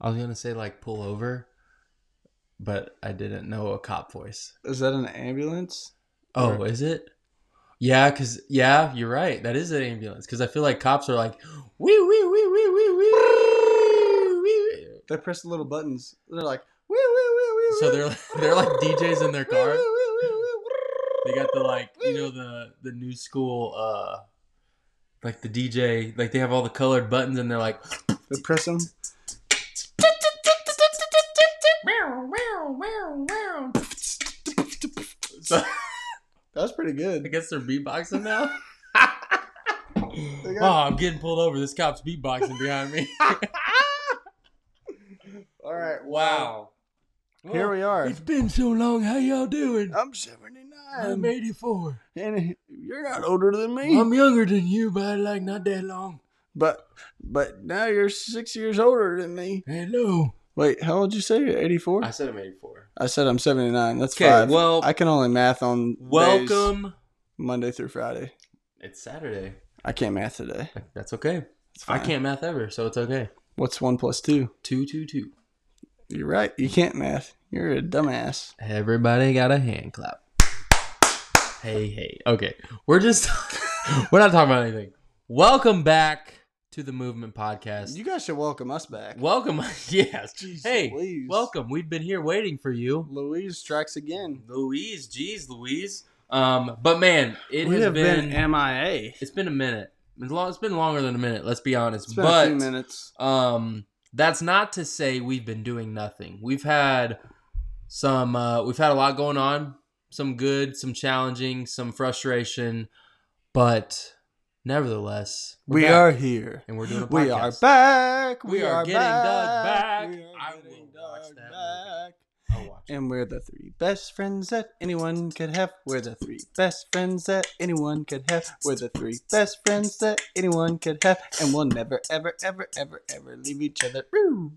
I was gonna say like pull over, but I didn't know a cop voice. Is that an ambulance? Oh, Or- is it? Yeah, cause yeah, you're right. That is an ambulance. Cause I feel like cops are like, wee wee wee wee wee wee. wee. They press the little buttons. They're like, woo, woo, woo, woo, So woo. they're like- they're like DJs in their Woo, car. woo, woo, woo, woo. They got the like, you know, the the new school, uh, like the DJ, like they have all the colored buttons, and they're like, They press them. so That was pretty I good. guess they're beatboxing now. They Oh, got- I'm getting pulled over. This cop's beatboxing behind me. All right. Here Here we are. It's been so long. How y'all doing? I'm 79. I'm 84. and you're not older than me. I'm younger than you by like not that long. but but now you're six years older than me. Hello. Wait, how old you say? You're 84? I, said I'm 84. said I'm 79. That's Okay, five. well, I can only math on days welcome. Monday through Friday. It's Saturday. I can't math today. That's okay. It's I fine. can't math ever, so it's okay. What's one plus two? Two, two, two. You're right. You can't math. You're a dumbass. Everybody got a hand clap. Hey, hey. Okay. We're just, we're not talking about anything. Welcome back to the Movement Podcast. You guys should welcome us back. welcome. yes. Jeez hey, Louise. welcome. We've been here waiting for you. Louise strikes again. Louise. Jeez, Louise. Um, but man, it we has have been, been, MIA. it's been a minute. It's, long, it's been longer than a minute, let's be honest. It's been but, a few minutes. Um, that's not to say we've been doing nothing. We've had some, uh, we've had a lot going on. Some good, some challenging, some frustration, but nevertheless, we're We back, are here. and we're doing a podcast. We are back. We are getting Doug back. We are I will getting watch Doug that movie. back. I'll watch it. And we're the three best friends that anyone could have. We're the three best friends that anyone could have. We're the three best friends that anyone could have. And we'll never, ever, ever, ever, ever leave each other. Woo.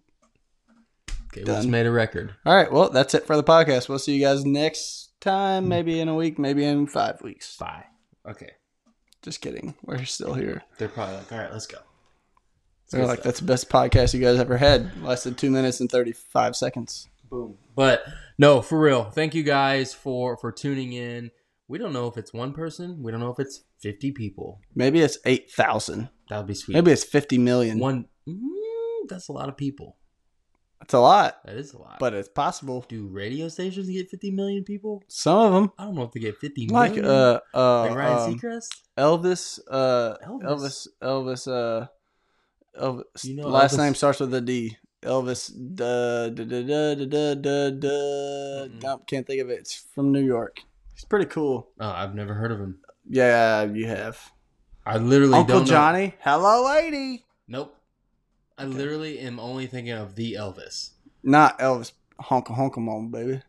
Okay, we Done. just made a record. All right. Well, that's it for the podcast. We'll see you guys next time. Maybe in a week. Maybe in five weeks. Bye. Okay, Just kidding. We're still here. they're probably like, all right, let's go. It's They're good like, stuff. that's the best podcast you guys ever had. Lasted two minutes and 35 seconds. boom but no for real thank you guys for for tuning in we don't know if it's one person we don't know if it's 50 people Maybe it's 8,000. that would be sweet Maybe it's 50 million. one mm, that's a lot of people It's a lot, that is a lot but it's possible. do radio stations get 50 million people Some of them, i don't know if they get 50 like million. uh, uh, like ryan um, seacrest Elvis, uh, Elvis. Elvis, Elvis, uh, Elvis. You know last Elvis- name starts with a D. Elvis, duh, duh, duh, duh, duh, duh, duh, duh. Mm-mm. Nope, can't think of it. It's from New York. It's pretty cool. oh, i've never heard of him Yeah, you have i literally Uncle don't know. Johnny. Hello, lady. nope i literally am only thinking of the elvis Not Elvis. Honka honka mom, baby.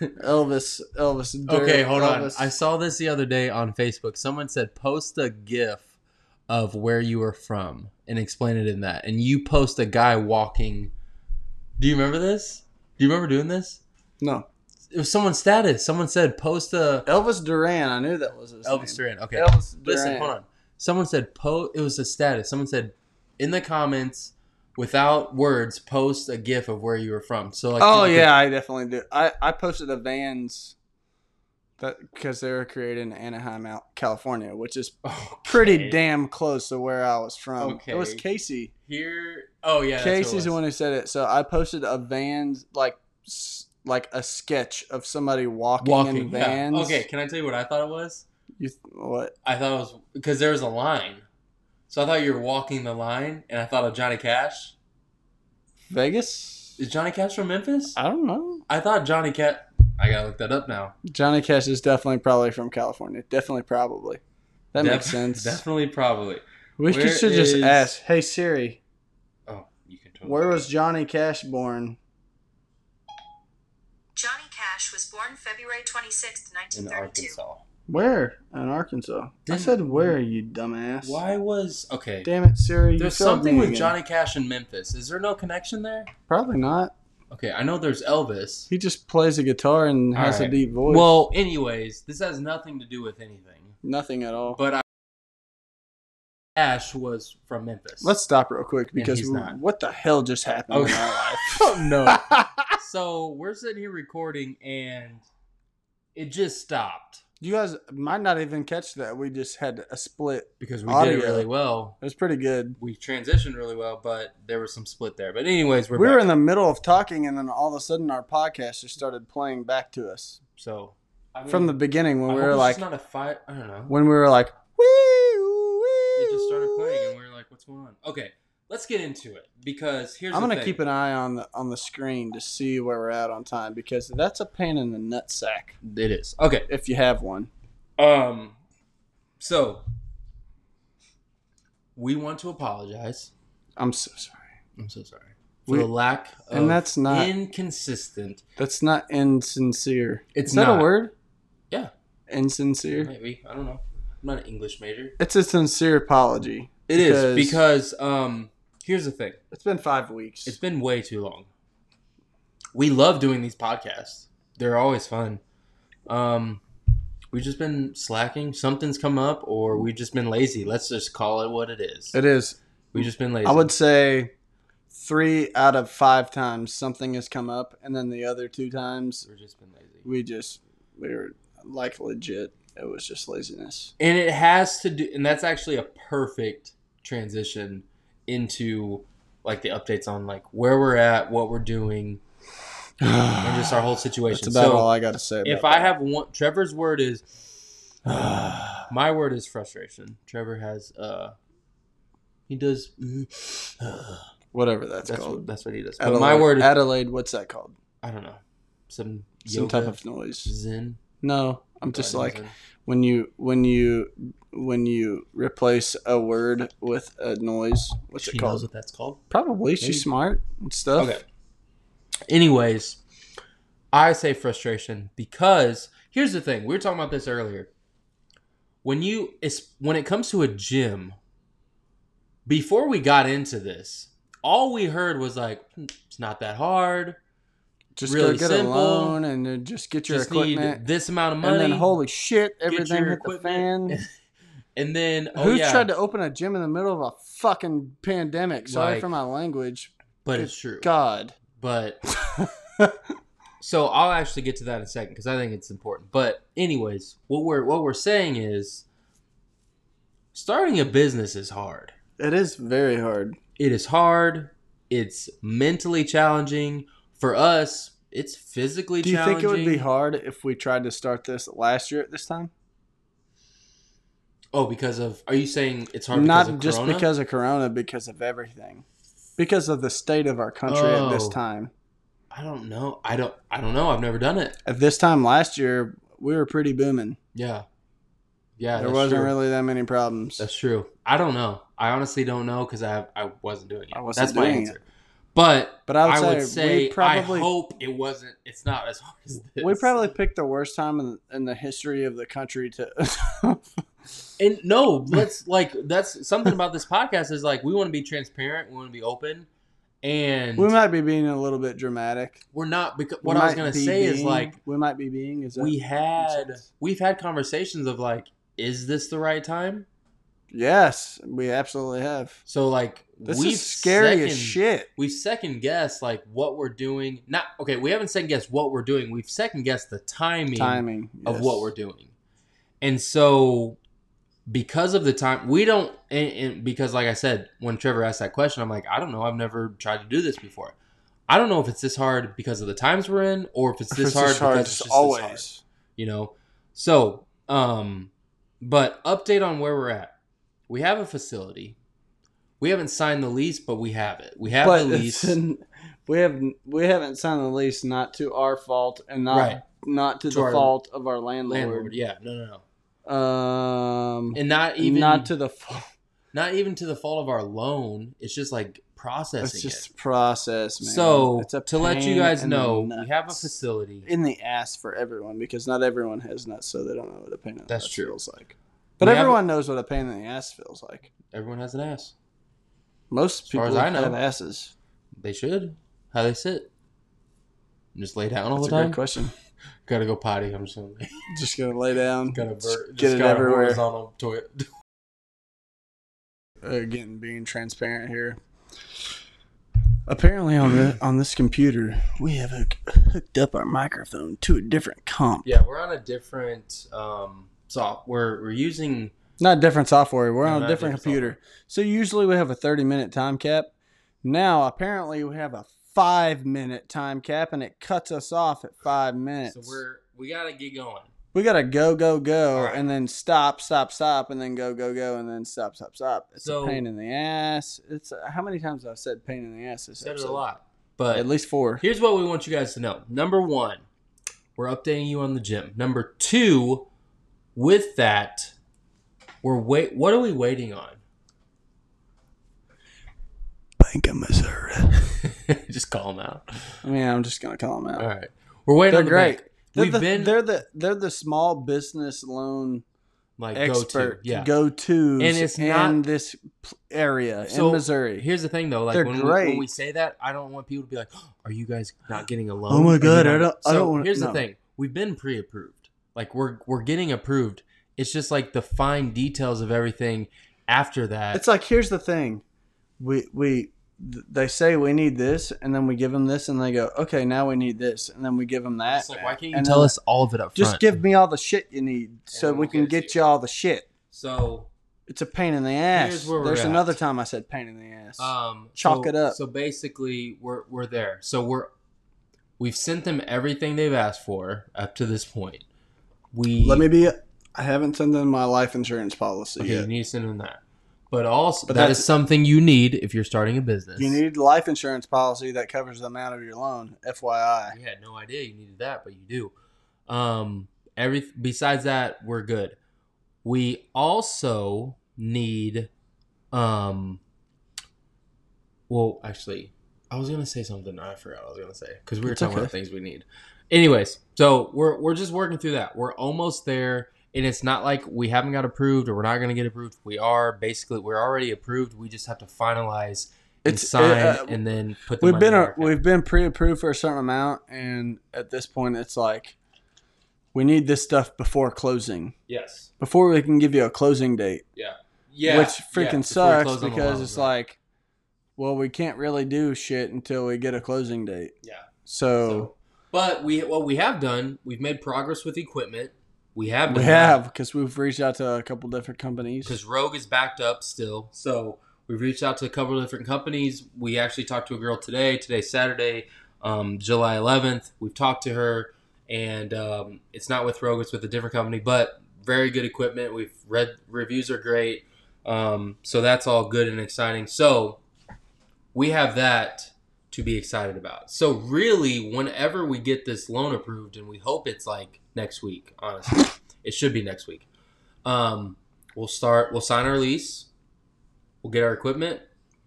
Elvis, Elvis. okay Duran, hold on Elvis. i saw this the other day on facebook someone said post a gif of where you are from and explain it in that and you post a guy walking do you remember this do you remember doing this no it was someone's status someone said post a Elvis Duran. I knew that was his elvis name. duran okay Elvis Duran. Listen, hold on. Someone said po it was a status. Someone said in the comments without words post a gif of where you were from. So like oh people could- yeah, I definitely do. I I posted the Vans that because they were created in Anaheim, Al- California, which is Okay. pretty damn close to where I was from. It was Okay. Casey. Here Oh yeah. that's what it Casey's the was. one who said it. So I posted a Vans like s- like a sketch of somebody walking, in walking yeah. Vans. Okay, can I tell you what I thought it was? You th- what? I thought it was because there was a line. So I thought you were walking the line and I thought of Johnny Cash. Vegas? Is Johnny Cash from Memphis? I don't know. I thought Johnny Cash I gotta look that up now. Johnny Cash is definitely probably from California. Definitely probably. That Def- makes sense. Definitely probably. We Where should, should just is- ask, "Hey Siri, Oh, you can totally Where was Johnny Cash born? Johnny Cash was born February 26, in 1932. Arkansas. Where? In Arkansas. I Didn't- said where, you dumbass. Why was okay? Damn it, Siri. You There's failed something me with again. Johnny Cash in Memphis. Is there no connection there? Probably not. Okay, I know there's Elvis. He just plays a guitar and All has a right. deep voice. Well, anyways, this has nothing to do with anything. nothing at all. But I. Ash was from Memphis. Let's stop real quick Yeah, because he's not. what the hell just happened Okay. in our life? oh no. so we're sitting here recording and it just stopped you guys might not even catch that. We just had a split. because we did Audio. it really well. It was pretty good. We transitioned really well, but there was some split there. But anyways, we're, we were back. in the middle of talking, and then all of a sudden, our podcast just started playing back to us so I mean, from the beginning I when hope we were it's like, not a fight. I don't know. when we were like, wee, wee, It just started playing and we were like, "What's going on?" Okay, let's get into it because here's. I'm the gonna thing. keep an eye on the on the screen to see where we're at on time because that's a pain in the nutsack It is okay. if you have one. Um, so we want to apologize. I'm so sorry. I'm so sorry for We- the lack of and that's not- inconsistent. That's not insincere. It's Is that not. a word? Yeah. Insincere. Maybe I don't know. I'm not an English major. It's a sincere apology. It is because um, here's the thing. it's been five weeks. It's been way too long. We love doing these podcasts. They're always fun. Um, we've just been slacking. Something's come up, or we've just been lazy. Let's just call it what it is. It is. We've just been lazy. I would say three out of five times something has come up, and then the other two times We've just been lazy. we just we were like legit. It was just laziness. and it has to do and that's actually a perfect transition into like the updates on like where we're at what we're doing and just our whole situation That's about so all I got to say. if about i that. have one trevor's word is my word is frustration trevor has uh he does that's, whatever that's, what, called, that's what he does Adelaide, but my word is, Adelaide. What's that called? i don't know some Some yoga, type of noise. zen No, I'm just Uh, like zen. when you when you when you replace a word with a noise. What's she it knows called? what that's called Probably Maybe. she's smart and stuff. Okay. Anyways, I say frustration because here's the thing. We were talking about this earlier. When you it's, when it comes to a gym, before we got into this, all we heard was like, "Hmm, it's not that hard. Just Really go get simple. a loan and then just get your Just need equipment. this amount of And money. then holy shit, get everything your hit the equipment. fan. And then oh Who yeah, tried to open a gym in the middle of a fucking pandemic? Sorry Like- for my language. but it's true. God. But so I'll actually get to that in a second because I think it's important. But anyways, what we're what we're saying is starting a business is hard. It is very hard. It is hard. It's mentally challenging for us. It's physically Do you challenging. think it would be hard if we tried to start this last year at this time? Oh, because of are you saying it's hard? Not because of just corona? because of Corona, because of everything, because of the state of our country at this Oh. time. I don't know. I don't. I don't know. I've never done it. At this time last year, we were pretty booming. Yeah, yeah. there that's wasn't true. really that many problems. That's true. I don't know. I honestly don't know because I I wasn't doing it. I wasn't That's my doing it. answer. But but I would, I say, would say we probably I hope it wasn't. It's not as hard as this. we probably picked the worst time in, in the history of the country to. and no. Let's like that's something about this podcast is like we want to be transparent. We want to be open, and we might be being a little bit dramatic. we're not. Because We what I was might gonna be say is being- like we might be being is that, we had sense? we've had conversations of like is this the right time? yes, we absolutely have. So like This we've is scary as second- shit. We've second guessed like what we're doing. Not okay. We haven't second guessed what we're doing. We've second guessed the timing. Timing of yes. what we're doing. And so because of the time we don't and, and because like I said, when Trevor asked that question, I'm like, I don't know, I've never tried to do this before. I don't know if it's this hard because of the times we're in or if it's this It's hard just hard, because it's it's just always. always. you know. So, um but update on where we're at. We have a facility. We haven't signed the lease, but we have it. We have but the lease. it's in- we have we haven't signed the lease not to our fault and not Right. not to, To the our fault of our landlord. landlord. Yeah, no, no, no. Um, And not even not to the fault. not even to the fault of our loan. It's just like processing It's just the it. process, man. So It's a to let you pain guys in the know, we have a nuts. facility. in the ass for everyone because not everyone has nuts, so they don't know what a pain in the That's ass true. feels like. But We have- everyone knows what a pain in the ass feels like. Everyone has an ass. Most far people as I know. have asses. They should. How they sit? Just lay down all That's a the time. great question. Gotta go potty. I'm just gonna, Just gonna lay down. gotta Just vert, get just it got a everywhere. horizontal toilet. again Uh, being transparent here. Apparently on the on this computer we have hook, hooked up our microphone to a different comp. Yeah, we're on a different um, software. We're using Not different software. We're No, on a not different, different computer. So usually we have a 30 minute time cap. Now apparently we have a five minute time cap and it cuts us off at five minutes. so we're we gotta get going. we gotta go go go All right. and then stop stop stop and then go go go and then stop stop stop. It's So- a pain in the ass. It's uh, how many times have I said pain in the ass this Said it episode? a lot, but At least four. Here's what we want you guys to know. Number one, we're updating you on the gym. Number two, with that, we're wait. What are we waiting on? Bank of Missouri. Just call them out. I mean, I'm just gonna call them out. All right, we're waiting They're on the great. bank. They're We've the, been they're the they're the small business loan like expert go to yeah. go to And it's in not- this pl- area So, in Missouri. Here's the thing though, like They're when we, great. when we say that, I don't want people to be like, "Oh, "Are you guys not getting a loan?" Oh my Are you God, not-" I don't- So I don't wanna- here's no. the thing: we've been pre-approved. Like we're we're getting approved. It's just like the fine details of everything after that. It's like here's the thing, we we th- they say we need this, and then we give them this, and they go, okay, now we need this, and then we give them that. It's like, why can't you and tell then- us all of it up Just front? give me all the shit you need, so we'll we can get it get to you all the shit. so, It's a pain in the ass. Here's where we're There's at. another time I said pain in the ass. um, Chalk so- it up. So basically, we're we're there. So we're we've sent them everything they've asked for up to this point. We Let me be. I haven't sent them my life insurance policy okay, you yet. need to send them that. But also, But that that's- is something you need if you're starting a business. You need life insurance policy that covers the amount of your loan. FYI. You had no idea you needed that, but you do. Um, every besides that, we're good. We also need, um, well, actually, I was gonna say something I forgot. I was gonna say because we were It's talking okay. about things we need. Anyways, so we're we're just working through that. We're almost there, and it's not like we haven't got approved or we're not gonna get approved. We are basically we're already approved. We just have to finalize and It's sign uh, and then put. The we've money been in a, our account. we've been pre-approved for a certain amount, and at this point, it's like we need this stuff before closing, yes. before we can give you a closing date, Yeah, which yeah, freaking before we sucks close on the because loan, it's right. like, well, we can't really do shit until we get a closing date. yeah. So, But we what we have done, we've made progress with equipment. We have we have because we've reached out to a couple different companies. because Rogue is backed up still. So we've reached out to a couple of different companies. We actually talked to a girl today. Today's Saturday, um, July 11th. We've talked to her, and um, it's not with Rogue. It's with a different company, but very good equipment. We've read reviews are great. Um, so that's all good and exciting. So we have that to be excited about. So really, whenever we get this loan approved, and we hope it's like next week. Honestly, it should be next week. Um, we'll start. We'll sign our lease. We'll get our equipment,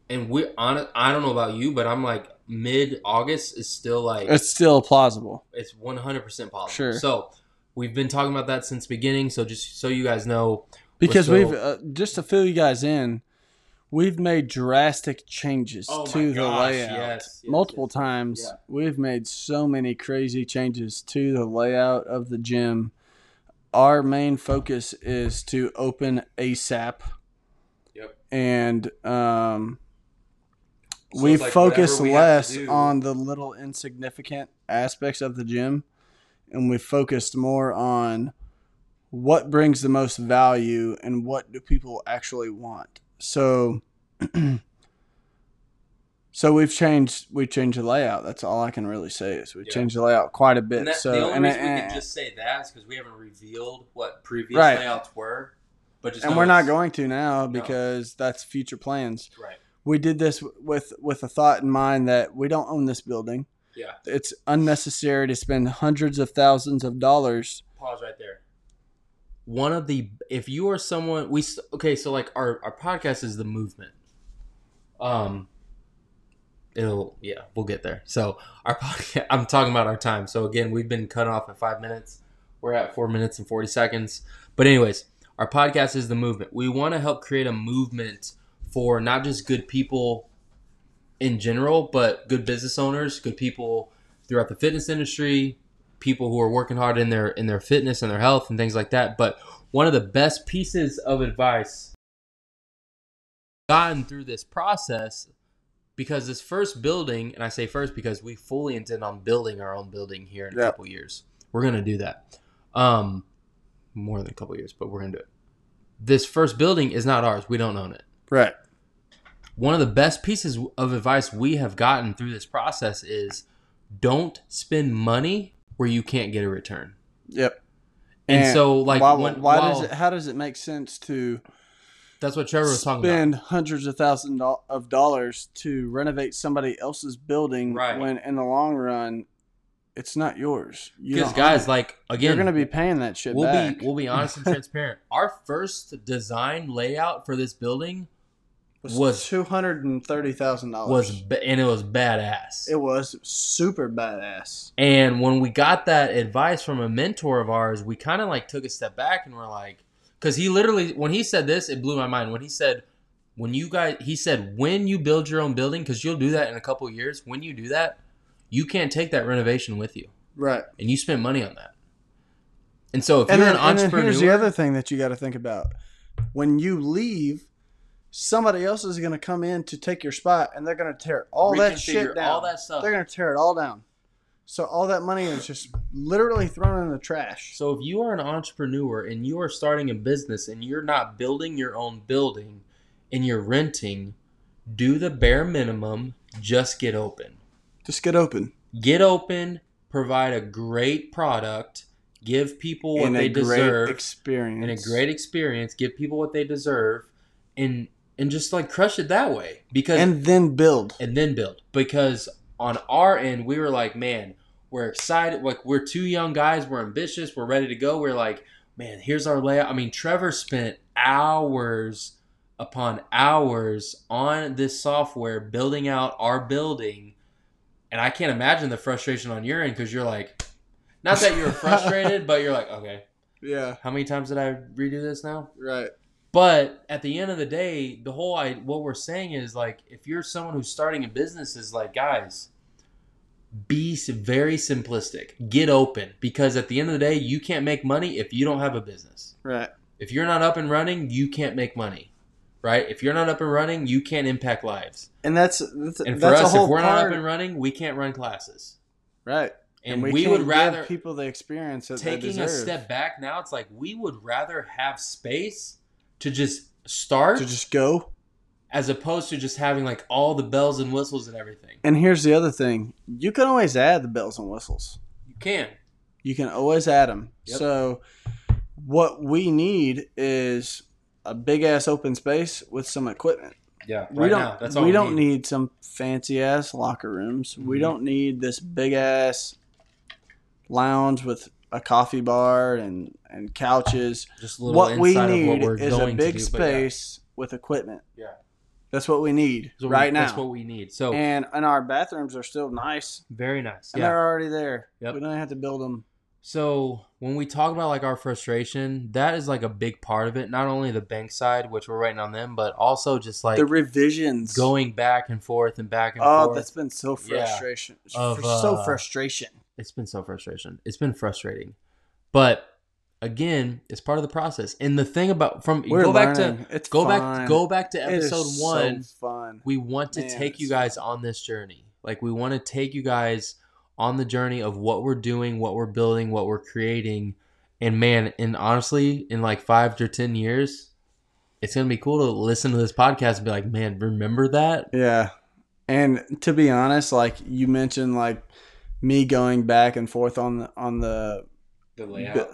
and we on. I don't know about you, but I'm like mid August is still like It's still plausible. it's 100 percent possible. Sure. So we've been talking about that since the beginning. So just so you guys know, because So- we've uh, just to fill you guys in we've made drastic changes Oh my to the gosh, layout yes, yes, multiple yes, yes. times Yeah. we've made so many crazy changes to the layout of the gym our main focus is to open asap Yep. and um, So we it's like focus whatever we have less to do- on the little insignificant aspects of the gym and we focused more on what brings the most value and what do people actually want so so we've changed we changed the layout that's all i can really say is we Yeah. changed the layout quite a bit and that, so the only and, reason we and- can just say that is because we haven't revealed what previous Right. layouts were, but just and know we're not it's- going to now No. because that's future plans right. we did this with with a thought in mind that we don't own this building. Yeah. It's unnecessary to spend hundreds of thousands of dollars. pause right there. One of the if you are someone we s- okay so like our our podcast is the movement. Um. It'll yeah we'll get there. So our podcast I'm talking about our time. So again we've been cut off at five minutes. We're at four minutes and forty seconds. But anyways, our podcast is the movement. We want to help create a movement for not just good people in general, but good business owners, good people throughout the fitness industry, people who are working hard in their in their fitness and their health and things like that. But one of the best pieces of advice gotten through this process because this first building, and I say first because we fully intend on building our own building here in a Yeah. couple years. We're gonna do that. Um, more than a couple years, but we're gonna do it. This first building is not ours. We don't own it. Right. One of the best pieces of advice we have gotten through this process is don't spend money where you can't get a return. Yep. And, so, like, why, when- why while- does it? How does it make sense to that's what Trevor was talking about. spend hundreds of thousands do- of dollars to renovate somebody else's building Right. when, in the long run, it's not yours? You Because don't own guys, it. like you're again, going to be paying that shit we'll back. be we'll be honest and transparent. Our first design layout for this building was- two hundred and thirty thousand was dollars. ba- and it was badass. Oh, It was super badass. and when we got that advice from a mentor of ours, we kind of like took a step back and we're like, because he literally when he said this, it blew my mind. When he said, when you guys, he said, when you build your own building, because you'll do that in a couple years. When you do that, you can't take that renovation with you, Right. and you spend money on that. And so if and you're then, an and then entrepreneur, here's the other thing that you got to think about when you leave somebody else is going to come in to take your spot and they're going to tear all that reconfigure shit down all that stuff. they're going to tear it all down so all that money is just literally thrown in the trash So if you are an entrepreneur and you are starting a business and you're not building your own building and you're renting, do the bare minimum, just get open. just get open Get open, provide a great product, give people what And they a great deserve experience and a great experience, give people what they deserve and and just like crush it that way because and then build and then build because on our end we were like man we're excited like we're two young guys we're ambitious we're ready to go we're like man here's our layout i mean trevor spent hours upon hours on this software building out our building and i can't imagine the frustration on your end because you're like not that you're frustrated but you're like okay yeah how many times did i redo this now right but at the end of the day, the whole I what we're saying is like if you're someone who's starting a business is like guys, be s- very simplistic. Get open because at the end of the day, you can't make money if you don't have a business. right If you're not up and running, you can't make money. Right? If you're not up and running, you can't impact lives. and that's that's, And for that's a us, whole if we're part, not up and running, we can't run classes. right And, we, we, can't would give rather people the experience that they taking a deserve step back now, it's like we would rather have space to just start to just go as opposed to just having like all the bells and whistles and everything. and here's the other thing you can always add the bells and whistles You can. You can always add them. Yep. So, what we need is a big ass open space with some equipment. Yeah. Right we don't. now. That's all we, we, don't need. need. some fancy ass locker rooms. We Mhm. don't need this big ass lounge with a coffee bar and and couches. Just a little What we inside of what need we're is a going big to do, but yeah. space with equipment. Yeah. That's what we need That's what we- right now. That's what we need. So and and our bathrooms are still nice. very nice. And Yeah. they're already there. Yep. We don't have to build them. So when we talk about like our frustration, that is like a big part of it. Not only the bank side, which we're waiting on them, but also just like the revisions going back and forth and back and Oh, forth. that's been so Yeah. frustration. Of, Fr- so uh, frustration. it's been so frustration. It's been frustrating, but again, it's part of the process. And the thing about from We're go back to learning. it's go fine. back go back to It is episode so one. fun. we want to Man, take you it's- guys on this journey. Like we want to take you guys on the journey of what we're doing, what we're building, what we're creating. And man, and honestly, in like five to ten years, it's gonna be cool to listen to this podcast and be like, man, remember that? Yeah, and to be honest, like you mentioned, like me going back and forth on the on the The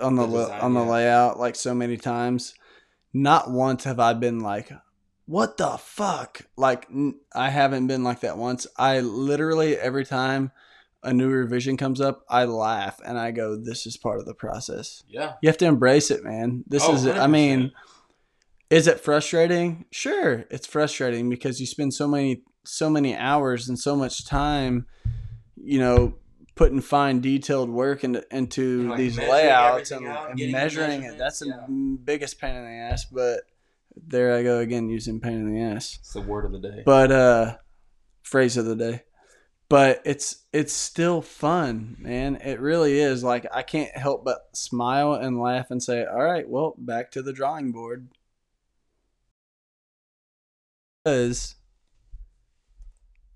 on the, la- on the layout like so many times. Not once have I been like, "What the fuck?" Like n- I haven't been like that once. I literally every time a new revision comes up, I laugh and I go, "This is part of the process." Yeah. you have to embrace it man this Oh, is i 100%. mean is it frustrating sure it's frustrating because you spend so many so many hours and so much time you know putting fine detailed work into, into And, like, these measuring layouts and, everything out, and getting the measuring it that's the biggest pain in the ass but there i go again using pain in the ass It's the word of the day. but uh phrase of the day but it's it's still fun man it really is like i can't help but smile and laugh and say all right well back to the drawing board because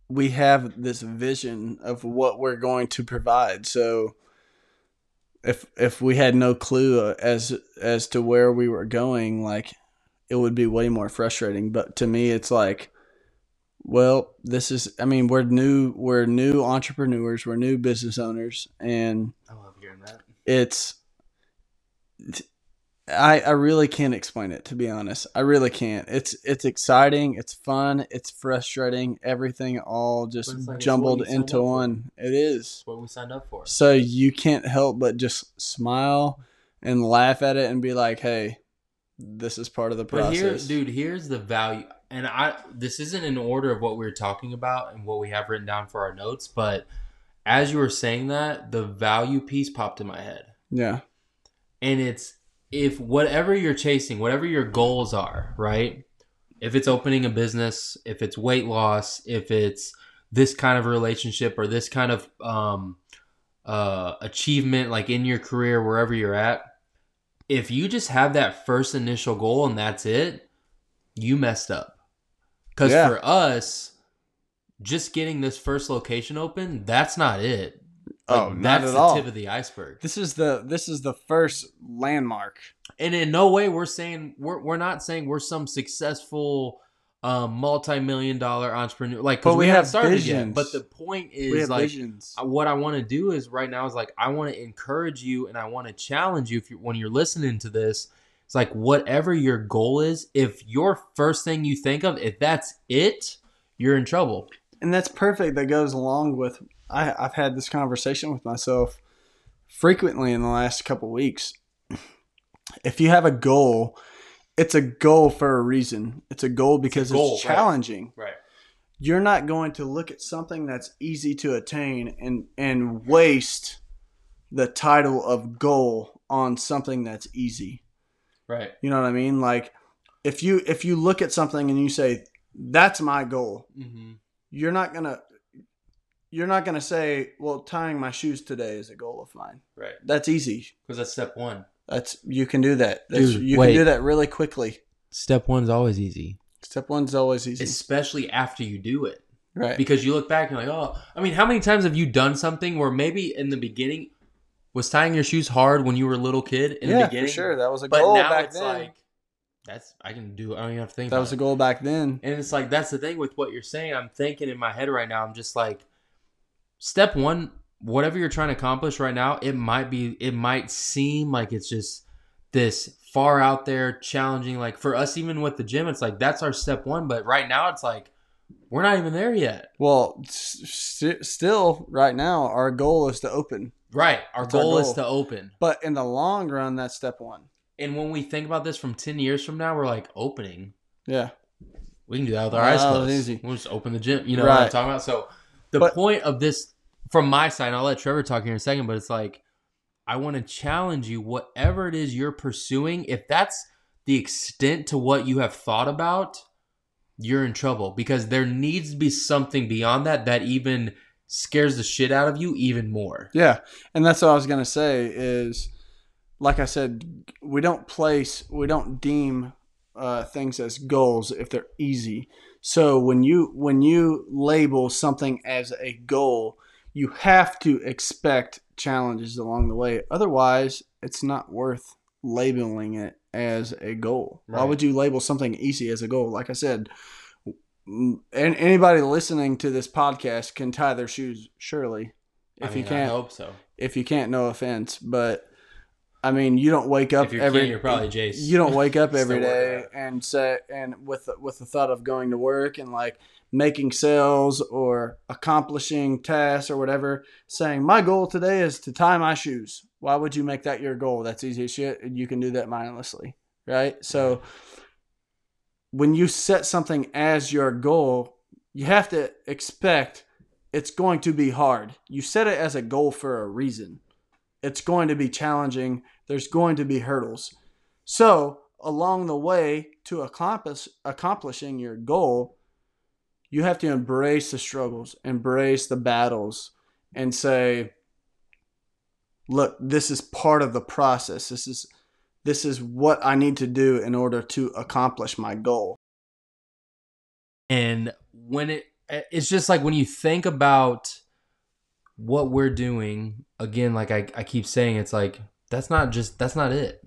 we have this vision of what we're going to provide. So if if we had no clue uh, as as to where we were going, like it would be way more frustrating. But to me, it's like, well, this is. I mean, we're new. We're new entrepreneurs. We're new business owners, and I love hearing that. it's I I really can't explain it to be honest. I really can't. It's it's exciting, it's fun, it's frustrating, everything all just But it's like it's jumbled what you signed into up for. one. It is. That's what we signed up for. So you can't help but just smile and laugh at it and be like, "Hey, this is part of the But here, process." dude, here's the value, and I this isn't in order of what we were talking about and what we have written down for our notes, but as you were saying that, the value piece popped in my head, yeah. and it's if whatever you're chasing, whatever your goals are, right? If it's opening a business, if it's weight loss, if it's this kind of relationship or this kind of um, uh, achievement, like in your career, wherever you're at, if you just have that first initial goal and that's it, you messed up. Because Yeah. for us, just getting this first location open, that's not it. Like, oh, not that's at the all. tip of the iceberg. this is the this is the first landmark. and in no way we're saying we're, we're not saying we're some successful um, multi-million dollar entrepreneur like 'cause But we haven't have started visions. yet but the point We is have like visions. I- what i want to do is right now is like i want to encourage you and i want to challenge you if you when you're listening to this it's like whatever your goal is if your first thing you think of if that's it you're in trouble and that's perfect that goes along with I, i've had this conversation with myself frequently in the last couple weeks if you have a goal it's a goal for a reason it's a goal because it's, goal, right. challenging right you're not going to look at something that's easy to attain and and waste the title of goal on something that's easy right you know what i mean like if you if you look at something and you say that's my goal mm-hmm. you're not gonna you're not gonna say well tying my shoes today is a goal of mine right that's easy because that's step one that's you can do that that's, Dude, you wait. can do that really quickly step one's always easy step one's always easy especially after you do it right because you look back and you're like, oh, I mean, how many times have you done something where maybe in the beginning was tying your shoes hard when you were a little kid in yeah the beginning? for sure that was a But goal now back it's then like that's I can do. I don't even have to think. that about was a it. goal back then And it's like that's the thing with what you're saying. I'm thinking in my head right now. I'm just like, step one, whatever you're trying to accomplish right now, it might be, it might seem like it's just this far out there, challenging. Like for us, even with the gym, it's like that's our step one. But right now, it's like we're not even there yet. well s- st- still right now our goal is to open Right. Our That's our goal, is goal. to open. but in the long run that's step one And when we think about this from 10 years from now, we're like, opening. yeah We can do that with our Wow, eyes that closed. was easy. We'll just open the gym. You know what I'm Right. talking about? So the But- point of this, from my side, and I'll let Trevor talk here in a second, but it's like, I want to challenge you, whatever it is you're pursuing, if that's the extent to what you have thought about, you're in trouble because there needs to be something beyond that that even scares the shit out of you even more. Yeah, and that's what I was gonna say is, like I said, we don't place, we don't deem uh, things as goals if they're easy. So when you when you label something as a goal, you have to expect challenges along the way. Otherwise, it's not worth labeling it as a goal. Why Right. would you label something easy as a goal? Like I said. m- an anybody listening to this podcast can tie their shoes, surely. I If mean, you I can't, hope so. if you can't, no offense, but I mean, you don't wake up If you every can, you're probably Jace. you don't wake up Still every working day out. and say and with the, with the thought of going to work and like making sales or accomplishing tasks or whatever, saying my goal today is to tie my shoes. Why would you make that your goal? That's easy as shit, and you can do that mindlessly, right? So when you set something as your goal, you have to expect it's going to be hard. You set it as a goal for a reason. It's going to be challenging. There's going to be hurdles. So, along the way to accomplish accomplishing your goal, you have to embrace the struggles, embrace the battles, and say, "Look, this is part of the process. This is this is what I need to do in order to accomplish my goal." and when it it's just like when you think about what we're doing again like I, I keep saying it's like that's not just that's not it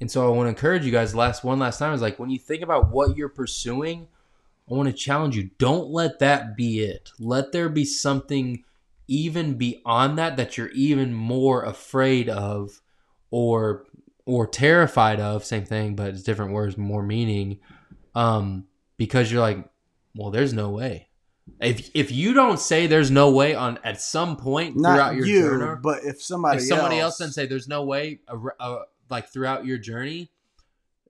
and so i want to encourage you guys last one last time is like when you think about what you're pursuing i want to challenge you don't let that be it let there be something even beyond that that you're even more afraid of or or terrified of same thing but it's different words more meaning um because you're like well there's no way if if you don't say there's no way on at some point Not throughout your you, journey but if somebody if somebody else else, doesn't say there's no way uh, uh, like throughout your journey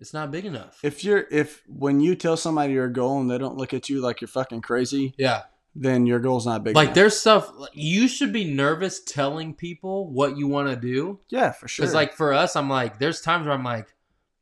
it's not big enough if you're if when you tell somebody your goal and they don't look at you like you're fucking crazy, yeah then your goal's not big. like enough. there's stuff like, you should be nervous telling people what you want to do yeah, for sure. because like for us i'm like there's times where i'm like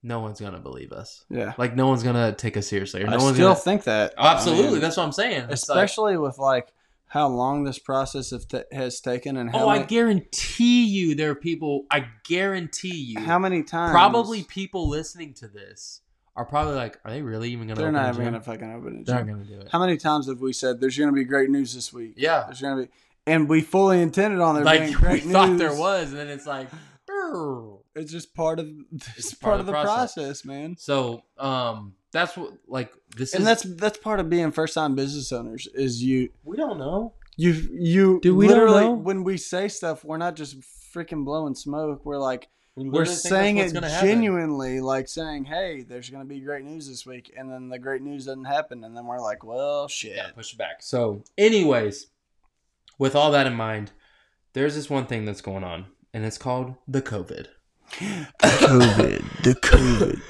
no one's gonna believe us yeah, like no one's gonna take us seriously or no I one's still gonna think that Oh, absolutely I mean, that's what i'm saying It's like- especially with like how long this process have ta has taken and how oh i many, guarantee you there are people i guarantee you how many times probably people listening to this are probably like are they really even gonna they're open not a even gym? gonna fucking open they're it. not gonna do it How many times have we said there's gonna be great news this week? yeah There's gonna be, and we fully intended on there being like we great thought news. there was, and then it's like, "Brr." It's just part of it's part, of the process, man. so um, that's what like this And is. that's that's part of being first time business owners is you we don't know. you you Dude, we don't literally know. when we say stuff we're not just freaking blowing smoke we're like We we're literally think that's saying what's it gonna happen. genuinely like saying hey there's gonna be great news this week and then the great news doesn't happen and then we're like well shit Yeah, push it back. So, anyways, with all that in mind, there's this one thing that's going on, and it's called the COVID. COVID the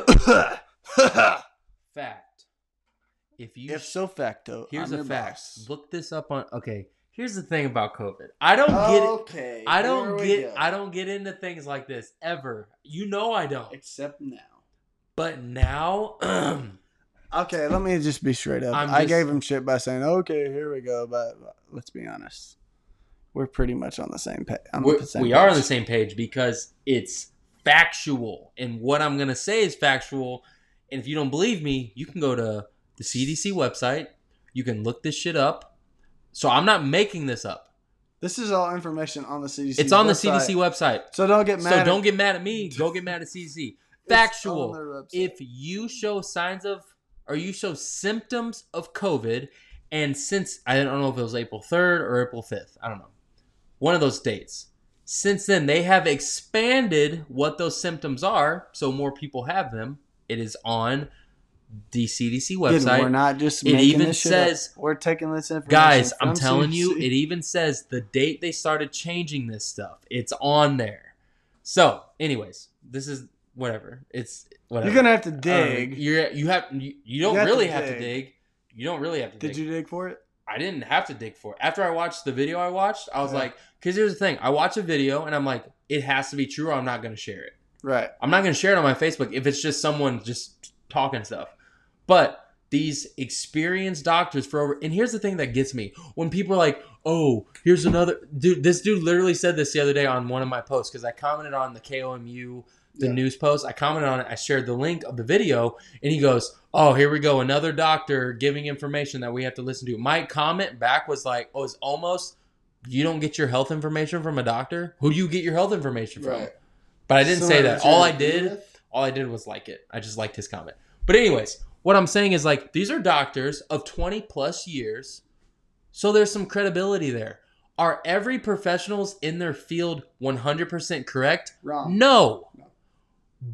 COVID Fact. If you if so facto here's I'm a your fact. boss. Look this up on. Okay, here's the thing about COVID. I don't get it. okay I here don't we get. go. I don't get into things like this ever. You know I don't. except now. But now, Okay, let me just be straight up. I'm I just- gave him shit by saying, "Okay, here we go," but but let's be honest, we're pretty much on the same page. we're, we are on the same page because it's factual, and what I'm gonna say is factual. And if you don't believe me, you can go to the CDC website. You can look this shit up. So I'm not making this up. This is all information on the CDC. It's on the website. CDC website. So don't get mad. So at- don't get mad at me. Go get mad at it's CDC. on Factual. their website. If you show signs of or you show symptoms of COVID, and since I don't know if it was April 3rd or April 5th, I don't know, one of those dates. Since then, they have expanded what those symptoms are, so more people have them. It is on the CDC Dude, website. we're not just. it Making even this shit up. says- we're taking this information. Guys, I'm from telling you, CDC. it even says the date they started changing this stuff. It's on there. So, anyways, this is whatever. It's whatever. You're gonna have to Um, dig. you're you have you, you don't have to really have to dig. dig. You don't really have to dig. Did you dig for it? I didn't have to dig for it. After I watched the video I watched, I was Yeah. like, because here's the thing. I watch a video and I'm like, it has to be true or I'm not gonna share it. Right. I'm not gonna share it on my Facebook if it's just someone just talking stuff. But these experienced doctors for over and here's the thing that gets me when people are like, oh, here's another dude. This dude literally said this the other day on one of my posts because I commented on the KOMU the Yeah. news post. I commented on it. I shared the link of the video, and he goes, "Oh, here we go. Another doctor giving information that we have to listen to." My comment back was like, "Oh, it's almost." You don't get your health information from a doctor. Who do you get your health information from? Right. But I didn't say that. All I did With? all I did was like it. I just liked his comment. But anyways, what I'm saying is like these are doctors of 20 plus years, so there's some credibility there. Are every professionals in their field 100% correct? Wrong. No. No.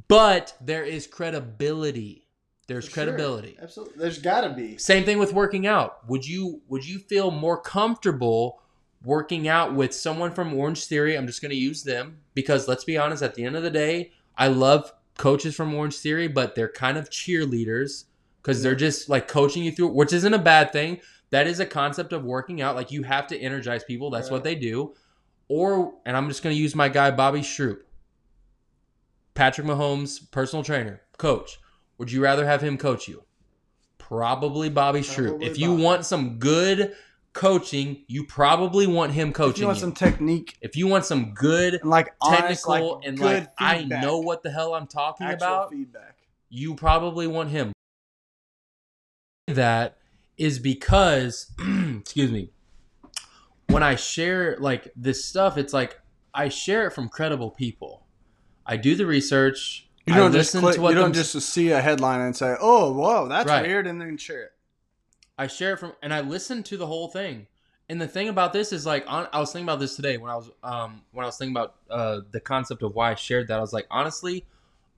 But there is credibility. There's For sure. credibility. Absolutely. There's gotta be. Same thing with working out. Would you would you feel more comfortable working out with someone from Orange Theory? I'm just going to use them because let's be honest, at the end of the day, I love coaches from Orange Theory, but they're kind of cheerleaders cuz they're just like coaching you through, which isn't a bad thing. That is a concept of working out. Like you have to energize people. That's what Right. they do. Or and I'm just going to use my guy Bobby Shroop. Patrick Mahomes, personal trainer, coach. Would you rather have him coach you? Probably Bobby Shroop. Probably If you Bobby. want some good coaching, you probably want him If coaching you you. want some technique if you want some good and like honest, technical like, and good like I feedback. know what the hell I'm talking actual about, feedback. you probably want him. that is because excuse me when i share like this stuff it's like i share it from credible people i do the research You I don't just listen click, to what you don't them- just see a headline and say, "Oh, whoa, that's Right. weird," and then share it. I share it from, and I listen to the whole thing. And the thing about this is like, on, I was thinking about this today when I was, um, when I was thinking about uh, the concept of why I shared that. I was like, honestly,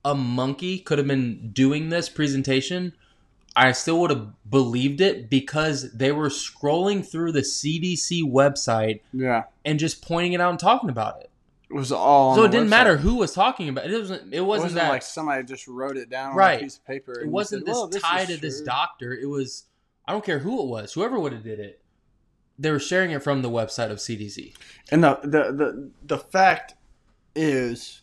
a monkey could have been doing this presentation. I still would have believed it because they were scrolling through the CDC website Yeah, and just pointing it out and talking about it. it was all. on so the it didn't website. matter who was talking about it. It wasn't. It It wasn't, wasn't that. like somebody just wrote it down on Right. a piece of paper. and it you wasn't said, this "Whoa, this tie is to this true." doctor. It was I don't care who it was, whoever would have did it. They were sharing it from the website of CDC. And the the the, the fact is,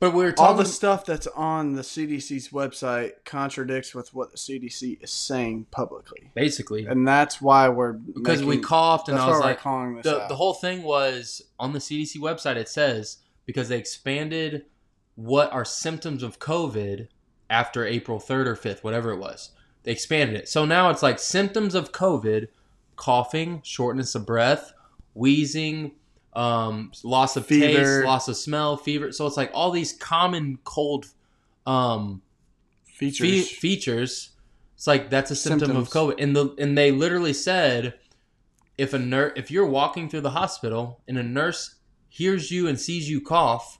But we were all talking the stuff that's on the CDC's website contradicts with what the CDC is saying publicly, basically and that's why we're because we making- coughed and That's I why was we're like calling this the out. the whole thing was on the CDC website it says because they expanded what are symptoms of COVID after April 3rd or 5th, whatever it was. They expanded it. So now it's like symptoms of COVID, coughing, shortness of breath, wheezing, um, loss of Fever. taste, loss of smell, fever. So it's like all these common cold um, fe- features. features. It's like that's a symptom of Symptoms. COVID, and the and they literally said, if a nurse, if you're walking through the hospital and a nurse hears you and sees you cough,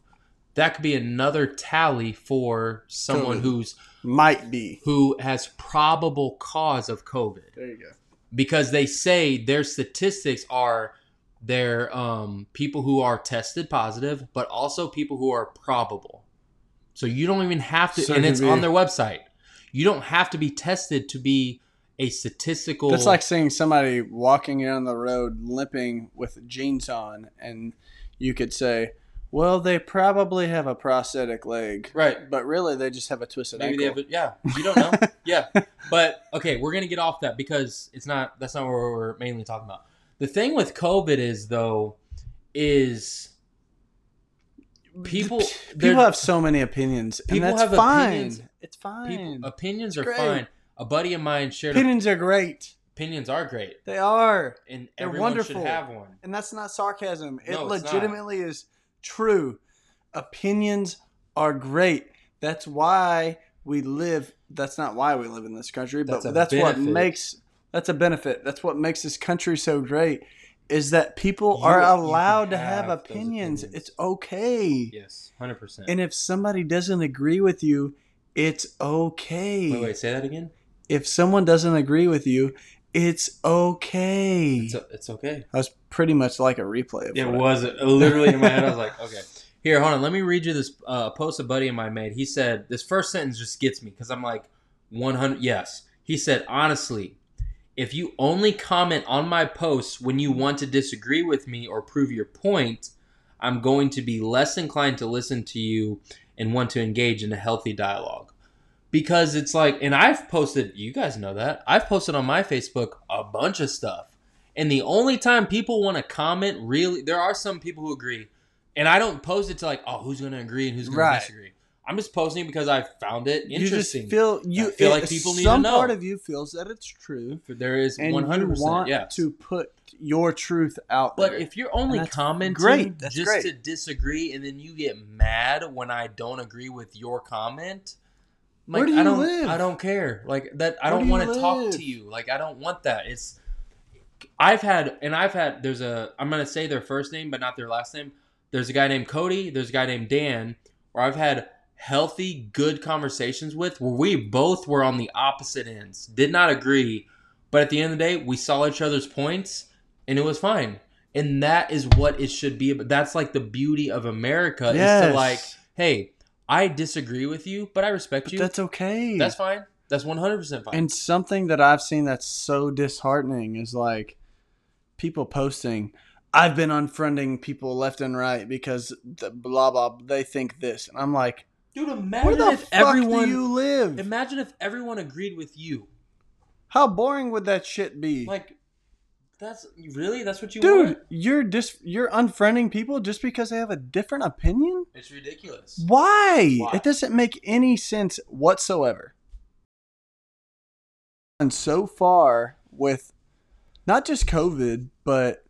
that could be another tally for someone COVID. who's Might be. who has probable cause of COVID There you go. because they say their statistics are their um, people who are tested positive, but also people who are probable. So you don't even have to, So it and could it's be- on their website. You don't have to be tested to be a statistical. That's like seeing somebody walking down the road limping with jeans on, and you could say, "Well, they probably have a prosthetic leg, right. but really they just have a twisted Maybe they ankle." have. A, yeah, you don't know. yeah, but okay, we're gonna get off that because it's not. That's not what we're mainly talking about. The thing with COVID is though, is people they're- people have so many opinions, and People that's have fine. opinions. It's fine. People, opinions are great. fine. A buddy of mine shared opinions are great. opinions are great, They are, and They're everyone wonderful. should have one. and that's not sarcasm. It No, it's not. legitimately is true. Opinions are great. That's why we live. That's not why we live in this country, but That's a that's what benefit. makes that's a benefit. That's what makes this country so great. Is that people You- are you can allowed to have, have those opinions. opinions. It's okay. Yes, hundred percent. And if somebody doesn't agree with you, it's okay. Wait, wait, say that again. If someone doesn't agree with you, it's okay. It's, it's okay. That was pretty much like a replay of It what I- was uh, literally in my head. I was like, okay. Here, hold on. Let me read you this uh, post a buddy of mine made. He said this first sentence just gets me because I'm like, 100. Yes, he said honestly, if you only comment on my posts when you want to disagree with me or prove your point, I'm going to be less inclined to listen to you and want to engage in a healthy dialogue. Because it's like, and I've posted, you guys know that, I've posted on my Facebook a bunch of stuff. And the only time people want to comment, really, there are some people who agree. And I don't post it to like, oh, who's going to agree and who's going Right. to disagree. I'm just posting because I found it You just interesting. feel you I feel it- like people need to some know. part of you feels that it's true, there is and 100%. you want yeah. to put your truth out But there. if you're only that's commenting great. That's just great. to disagree and then you get mad when I don't agree with your comment, like Where do I you don't live? I don't care. Like that I Where do don't you want to talk live? to you. Like I don't want that. It's I've had and I've had there's a I'm going to say their first name but not their last name. There's a guy named Cody, there's a guy named Dan where I've had healthy good conversations with where we both were on the opposite ends. Did not agree, but at the end of the day, we saw each other's points and it was fine. And that is what it should be. But that's like the beauty of America is to like, hey, I disagree with you, but I respect but you. That's, that's okay. fine. That's one hundred percent fine. And something that I've seen that's so disheartening is like people posting, I've been unfriending people left and right because the blah blah they think this. And I'm like, Dude, where imagine the if fuck everyone do you live? imagine if everyone agreed with you. How boring would that shit be? Like that's really that's what you Dude, want? you're dis- you're unfriending people just because they have a different opinion? It's ridiculous. Why? Why? It doesn't make any sense whatsoever. done so far with not just COVID, but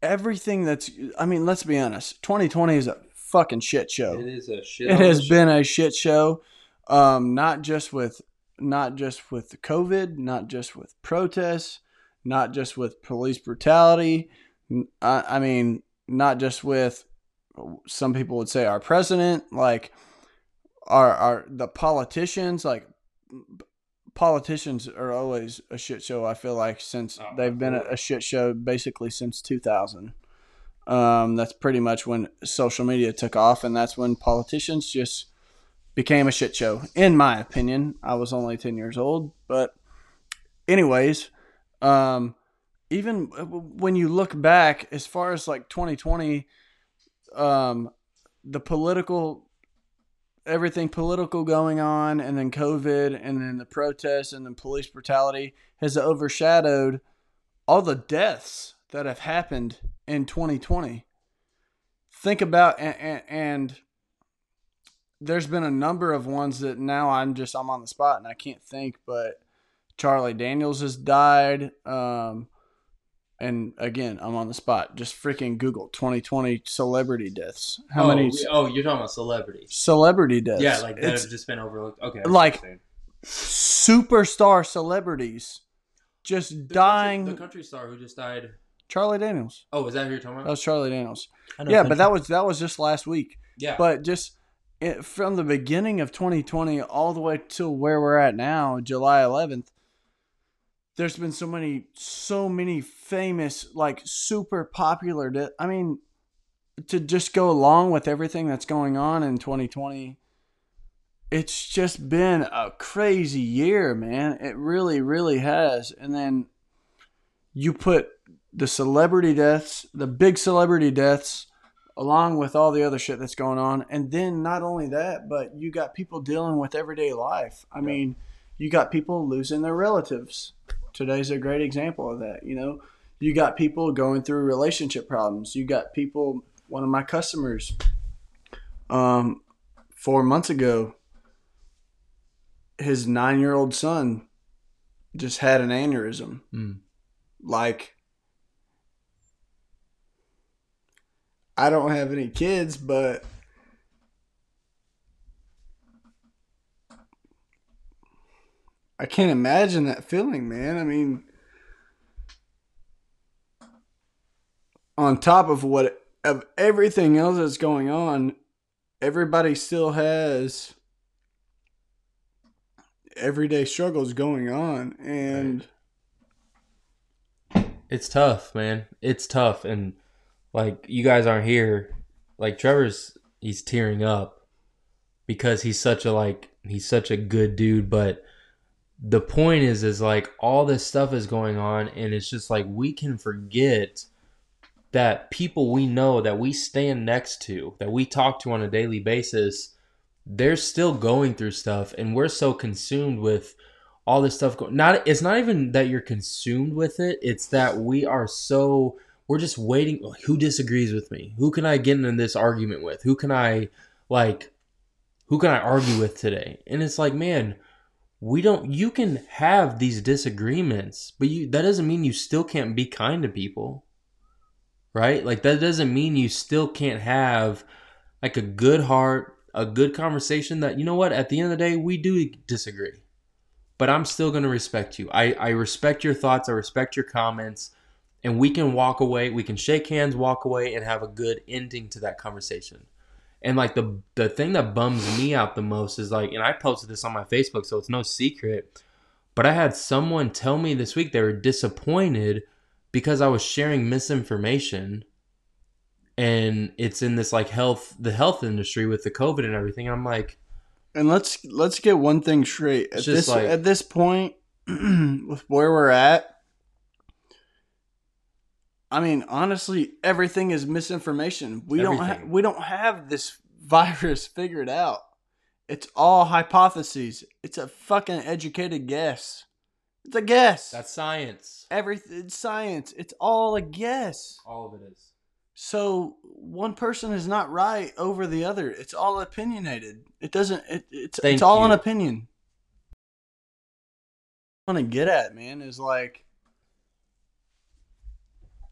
everything that's. I mean, let's be honest. 2020 is a fucking shit show. It is a shit. It has been a shit show. Um, not just with not just with COVID, not just with protests, not just with police brutality. n- I, I mean, not just with some people would say our president, like our our the politicians, like politicians are always a shit show. I feel like since Oh, they've been a, a shit show basically since 2000. Um, that's pretty much when social media took off, and that's when politicians just became a shit show, in my opinion. I was only 10 years old, but, anyways, um, even when you look back, as far as like 2020, um, the political, everything political going on, and then COVID, and then the protests, and then police brutality has overshadowed all the deaths that have happened in 2020. Think about and, and, and there's been a number of ones that now I'm just I'm on the spot and I can't think, but Charlie Daniels has died. Um, and again, I'm on the spot. Just freaking Google 2020 celebrity deaths. How oh, many we- oh, you're talking about celebrities. celebrity deaths? Yeah, like that It's have just been overlooked. Okay, I see what Like, you're saying. superstar celebrities just The country- dying. The country star who just died. Charlie Daniels. Oh, is that who you're talking That about? was Charlie Daniels. I know Yeah, country- but that was that was just last week. yeah. But just it, from the beginning of 2020 all the way to where we're at now, July 11th, there's been so many, so many famous, like super popular. De- I mean, to just go along with everything that's going on in 2020, it's just been a crazy year, man. It really, really has. And then you put the celebrity deaths, the big celebrity deaths, along with all the other shit that's going on. And then not only that, but you got people dealing with everyday life. I mean, you got people losing their relatives. Today's a great example of that. You know, you got people going through relationship problems. You got people. One of my customers, um, four months ago, his nine-year-old son just had an aneurysm. Mm. Like, I don't have any kids, but I can't imagine that feeling, man. I mean, on top of what of everything else that's going on, everybody still has everyday struggles going on, and It's tough, man. It's tough, and like you guys aren't here. Like Trevor's, he's tearing up because he's such a like he's such a good dude. But the point is, is like all this stuff is going on, and it's just like we can forget that people we know that we stand next to that we talk to on a daily basis they're still going through stuff and we're so consumed with all this stuff going not it's not even that you're consumed with it it's that we are so we're just waiting who disagrees with me who can i get in this argument with who can i like who can i argue with today and it's like man we don't you can have these disagreements but you that doesn't mean you still can't be kind to people right like that doesn't mean you still can't have like a good heart a good conversation that you know what at the end of the day we do disagree but I'm still going to respect you. I, I respect your thoughts. I respect your comments. And we can walk away. We can shake hands, walk away, and have a good ending to that conversation. And like the the thing that bums me out the most is like, and I posted this on my Facebook, so it's no secret. But I had someone tell me this week they were disappointed because I was sharing misinformation, and it's in this like health the health industry with the COVID and everything. I'm like, And let's let's get one thing straight. At It's this just like- at this point, with where we're at, I mean, honestly, everything is misinformation. We don't ha- Everything. we don't have this virus figured out. It's all hypotheses. It's a fucking educated guess. It's a guess. that's science. everything it's science. It's all a guess. All of it is. So one person is not right over the other. It's all opinionated. It doesn't. It, it's Thank it's all you. an opinion. want to get at, man, is like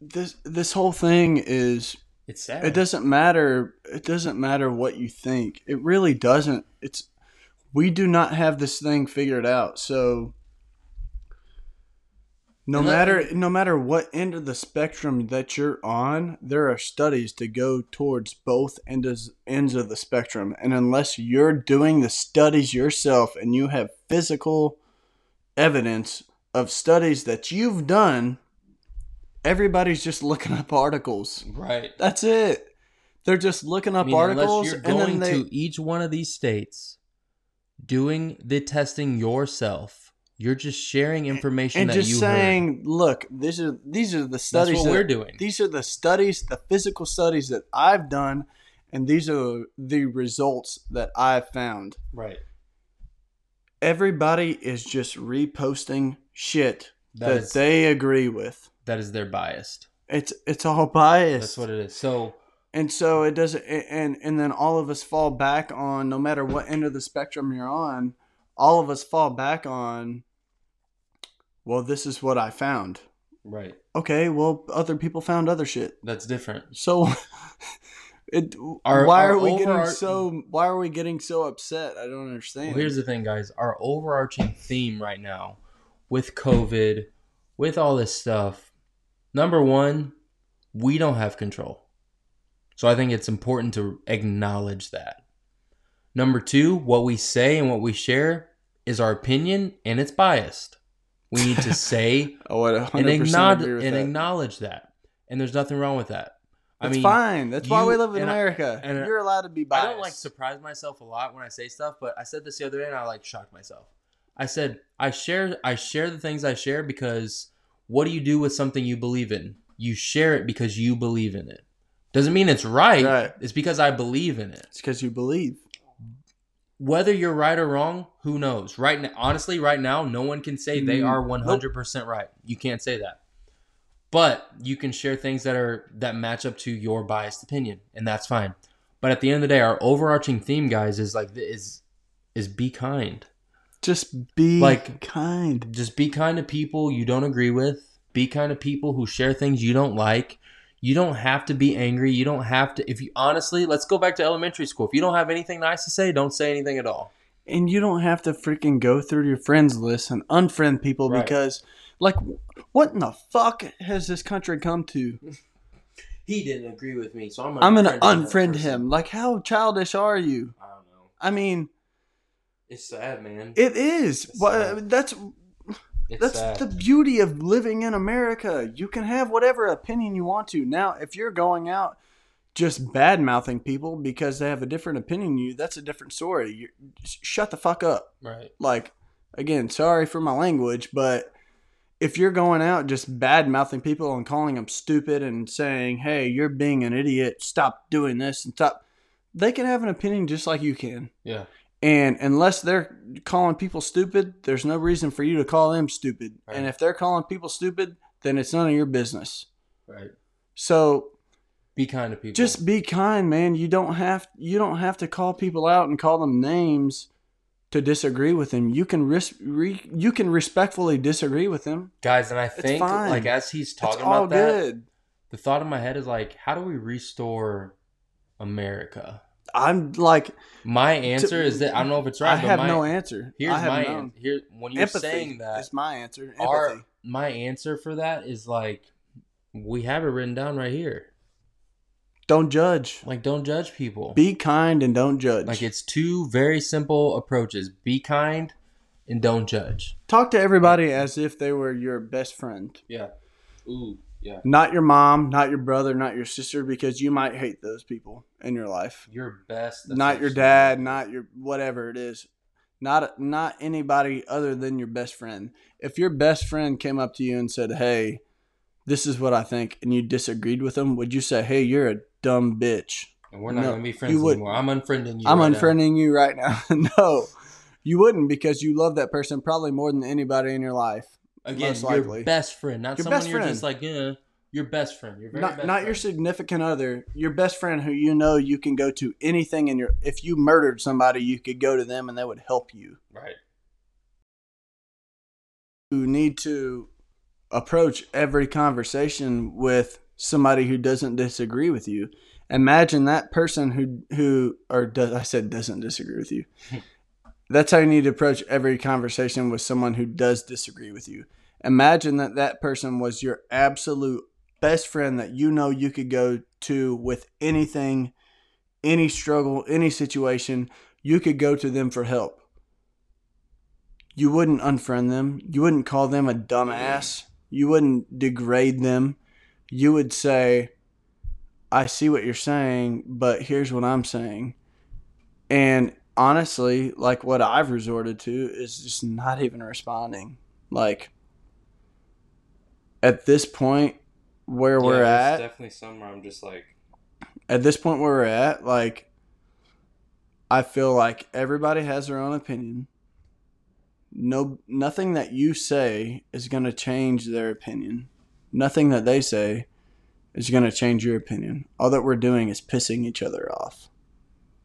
this this whole thing is It's sad. it doesn't matter it doesn't matter what you think. It really doesn't. It's we do not have this thing figured out. So no And that- matter no matter what end of the spectrum that you're on, there are studies to go towards both ends ends of the spectrum. And unless you're doing the studies yourself and you have physical evidence of studies that you've done, everybody's just looking up articles. Right. That's it. They're just looking up I mean, articles and unless you're then going they to each one of these states, doing the testing yourself, you're just sharing information and that just you heard. saying, look, these are these are the studies what that, we're doing. These are the studies, the physical studies that I've done, and these are the results that I've found. Right. Everybody is just reposting shit that, That is they agree with. that is their biased. It's it's all biased. That's what it is. So and so it doesn't a- and and then all of us fall back on no matter what end of the spectrum you're on all of us fall back on well this is what i found right. okay well other people found other shit That's different. so it Our- why our are we getting overar- so why are we getting so upset i don't understand Well, here's the thing, guys. Our overarching theme right now with COVID, with all this stuff, number one, we don't have control. So I think it's important to acknowledge that. Number two, what we say and what we share is our opinion and it's biased. We need to say oh i 100% and, acknowledge, agree with and that acknowledge that. And there's nothing wrong with that. I That's mean, fine that's why you- we live in and I- america and I- you're allowed to be biased I don't like surprise myself a lot when I say stuff, but I said this the other day and I like shocked myself. I said I share I share the things I share because what do you do with something you believe in? You share it because you believe in it. Doesn't mean it's right. Right. It's because I believe in it. it's because you believe Whether you're right or wrong, who knows? Right now, honestly, right now, no one can say they Mm, are 100% right. You can't say that. But you can share things that are that match up to your biased opinion, and that's fine. But at the end of the day, our overarching theme, guys, is like is is be kind. just be Like- kind Just be kind to people you don't agree with. Be kind to people who share things you don't like. You don't have to be angry. You don't have to. If you honestly, let's go back to elementary school. If you don't have anything nice to say, don't say anything at all. and you don't have to freaking go through your friends list and unfriend people Right. because like what in the fuck has this country come to He didn't agree with me, so I'm i'm gonna unfriend him like how childish are you I don't know. i mean It's sad, man. it is It's well, sad. that's it's that's sad. the beauty of living in america you can have whatever opinion you want to now if you're going out just bad mouthing people because they have a different opinion than you that's a different story you shut the fuck up right. like again sorry for my language but if you're going out just bad mouthing people and calling them stupid and saying hey you're being an idiot stop doing this and stop they can have an opinion just like you can Yeah. and unless they're calling people stupid there's no reason for you to call them stupid and Right. if they're calling people stupid then it's none of your business Right. so Be kind to people. just be kind man you don't have you don't have to call people out and call them names to disagree with them you can ris- re- you can respectfully disagree with them guys, and I think fine. like as he's That's talking all about that, good the thought in my head is like, how do we restore America? i'm like My answer is that I don't know if it's right. i but have my, no answer Here's I have my none. answer. Here, when you're empathy saying that, is my answer empathy our my answer for that is like, we have it written down right here. don't judge Like, don't judge people. be kind and don't judge like it's two very simple approaches. Be kind and don't judge. talk to everybody as if they were your best friend Yeah. Ooh, yeah. not your mom not your brother not your sister because you might hate those people in your life Your best. not your dad, not your whatever it is, not not anybody other than your best friend. If your best friend came up to you and said, "Hey, this is what I think," and you disagreed with them, would you say, "Hey, you're a dumb bitch. And we're not No, gonna be friends you wouldn't. anymore. I'm unfriending you. I'm right now. unfriending you right now"? no, you wouldn't because you love that person probably more than anybody in your life. Again, most likely. your best friend, not Your someone best you're friend. just like, yeah, your best friend. Your very not best not friend. your significant other, your best friend who you know you can go to anything. And your if you murdered somebody, you could go to them and they would help you. right. who need to approach every conversation with somebody who doesn't disagree with you. Imagine that person who who or does, I said doesn't disagree with you. That's how you need to approach every conversation with someone who does disagree with you. Imagine that that person was your absolute best friend that you know you could go to with anything, any struggle, any situation. You could go to them for help you wouldn't unfriend them. You wouldn't call them a dumbass. You wouldn't degrade them. You would say, I see what you're saying, but here's what I'm saying. And honestly, like what I've resorted to is just not even responding. Like at this point where we're at, definitely somewhere I'm just like, at this point where we're at, like I feel like everybody has their own opinion. No nothing that you say is going to change their opinion. Nothing that they say is going to change your opinion. All that we're doing is pissing each other off.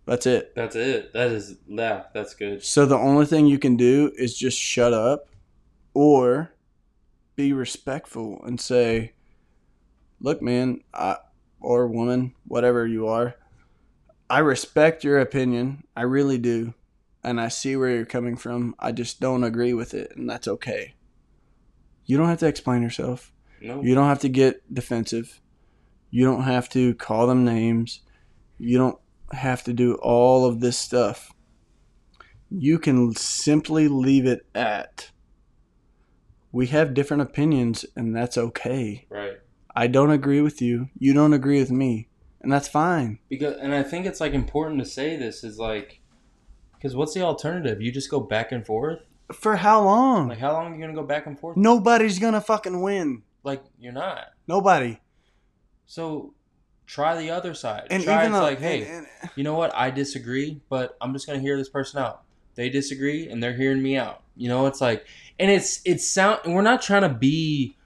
That's it. that's it. That is yeah, that's good. So the only thing you can do is just shut up or be respectful and say, look, man, I, or woman, whatever you are, I respect your opinion. I really do. And I see where you're coming from. I just don't agree with it. And that's okay. You don't have to explain yourself. No, You don't have to get defensive. You don't have to call them names. You don't have to do all of this stuff. You can simply leave it at we have different opinions, and that's okay. right. I don't agree with you. You don't agree with me, and that's fine. because and i think it's like important to say this is like because what's the alternative you just go back and forth For how long? like how long are you gonna go back and forth Nobody's gonna fucking win. like you're not Nobody. so try the other side And try even it's though, like hey and- and- you know what i disagree but i'm just gonna hear this person out they disagree and they're hearing me out you know it's like and it's it's sound and we're not trying to be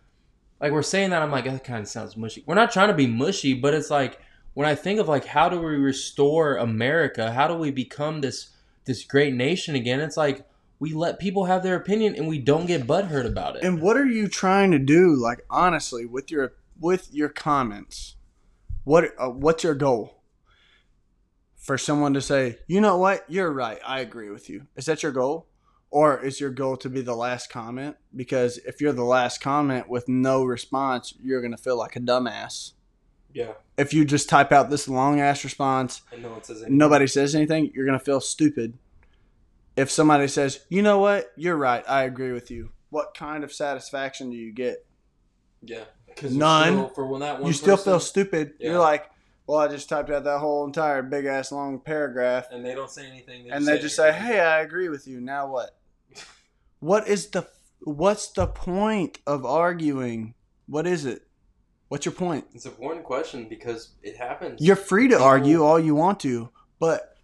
like we're saying that i'm like that kind of sounds mushy we're not trying to be mushy but it's like when i think of like how do we restore america how do we become this this great nation again it's like we let people have their opinion and we don't get butthurt about it And what are you trying to do? Like honestly, with your with your comments, what uh, what's your goal? For someone to say, you know what, you're right. I agree with you. Is that your goal, or is your goal to be the last comment? Because if you're the last comment with no response, you're gonna feel like a dumbass. yeah If you just type out this long ass response and no one says nobody says anything, you're gonna feel stupid. If somebody says, "You know what? You're right. I agree with you." What kind of satisfaction do you get? yeah None. still- for when that you still feel stupid. Yeah. You're like, "Well, I just typed out that whole entire big ass long paragraph," and they don't say anything and they just say, "Hey, I agree with you." Now what? what is the what's the point of arguing? What is it? What's your point? It's an important question because it happens. You're free to argue all you want to, but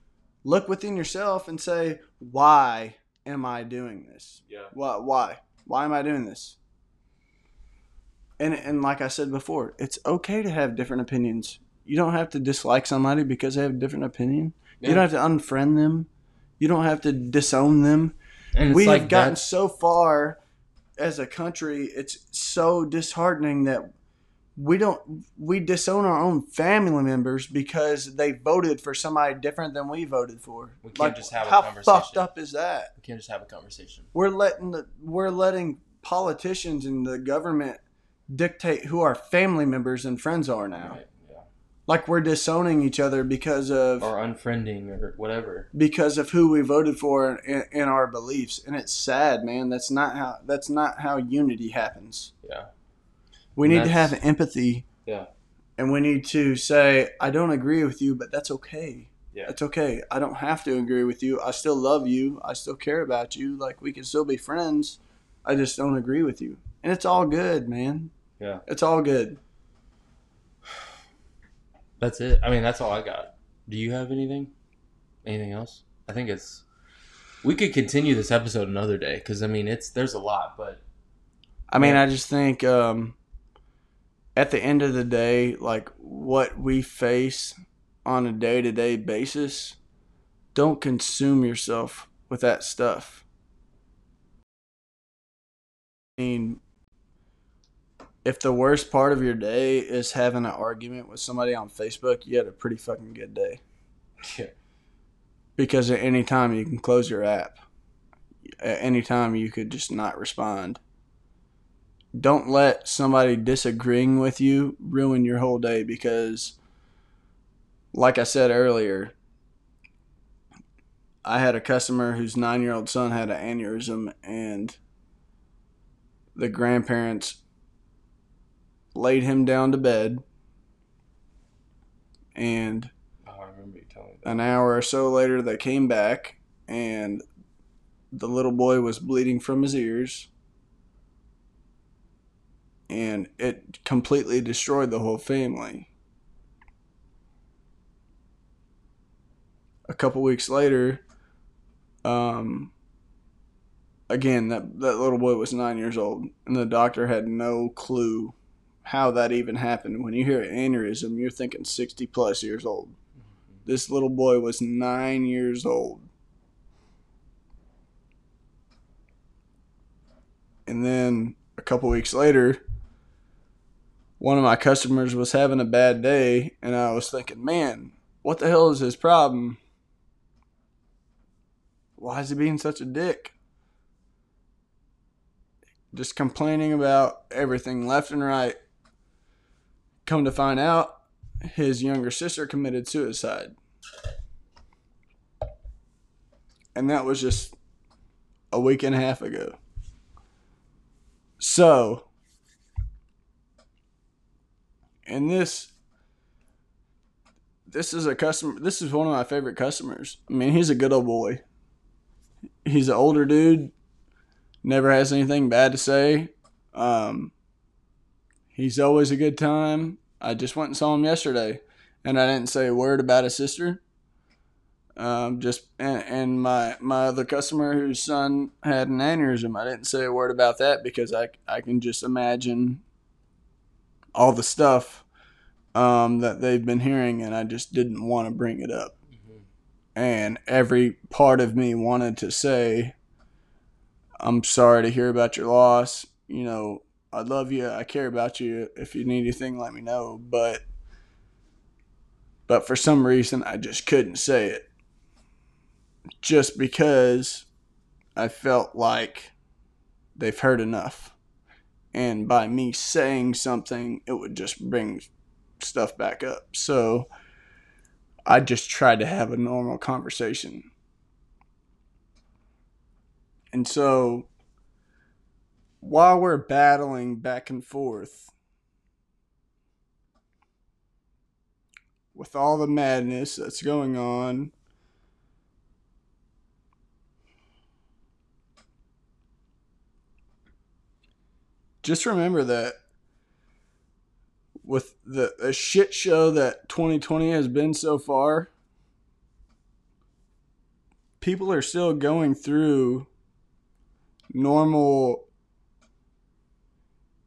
look within yourself and say, "Why am I doing this? yeah. Why? Why? Why am I doing this?" And and like I said before, it's okay to have different opinions. You don't have to dislike somebody because they have a different opinion. You don't have to unfriend them. You don't have to disown them. and we have gotten so far as a country. It's so disheartening that we don't we disown our own family members because they voted for somebody different than we voted for. We can't just have a how conversation. fucked up is that? we can't just have a conversation. We're letting the, we're letting politicians and the government dictate who our family members and friends are now. Right, yeah. Like we're disowning each other because of Or unfriending or whatever. because of who we voted for in, in our beliefs and it's sad man that's not how that's not how unity happens Yeah. we need to That's- have empathy Yeah. and we need to say i don't agree with you but that's okay Yeah. it's okay i don't have to agree with you i still love you i still care about you like we can still be friends i just don't agree with you and it's all good man Yeah. it's all good That's it. I mean, that's all I got. Do you have anything? Anything else? I think it's. We could continue this episode another day because I mean it's there's a lot, but I mean, Yeah. I just think um, at the end of the day, like what we face on a day to day basis, don't consume yourself with that stuff. mean, if the worst part of your day is having an argument with somebody on Facebook, you had a pretty fucking good day. Yeah. Because at any time you can close your app. At any time you could just not respond. Don't let somebody disagreeing with you ruin your whole day because like I said earlier, I had a customer whose 9-year-old son had an aneurysm and the grandparents laid him down to bed, and Oh, I remember you telling me an hour or so later they came back, and the little boy was bleeding from his ears, and it completely destroyed the whole family. A couple weeks later, um, again that that little boy was nine years old, and the doctor had no clue how that even happened. When you hear aneurysm, you're thinking 60 plus years old. This little boy was nine years old. And then a couple weeks later, one of my customers was having a bad day, and I was thinking, man, what the hell is his problem? Why is he being such a dick? Just complaining about everything left and right come to find out his younger sister committed suicide and that was just a week and a half ago so and this this is a customer this is one of my favorite customers i mean he's a good old boy he's an older dude never has anything bad to say um He's always a good time. I just went and saw him yesterday, and I didn't say a word about his sister. Um, just and, and my my other customer whose son had an aneurysm. I didn't say a word about that because I I can just imagine all the stuff um, that they've been hearing, and I just didn't want to bring it up. And every part of me wanted to say, "I'm sorry to hear about your loss." You know, I love you. I care about you. If you need anything, let me know. But but for some reason, I just couldn't say it. Just because I felt like they've heard enough. And by me saying something, it would just bring stuff back up. So I just tried to have a normal conversation. And so while we're battling back and forth with all the madness that's going on, just remember that with the, the shit show that 2020 has been so far, people are still going through normal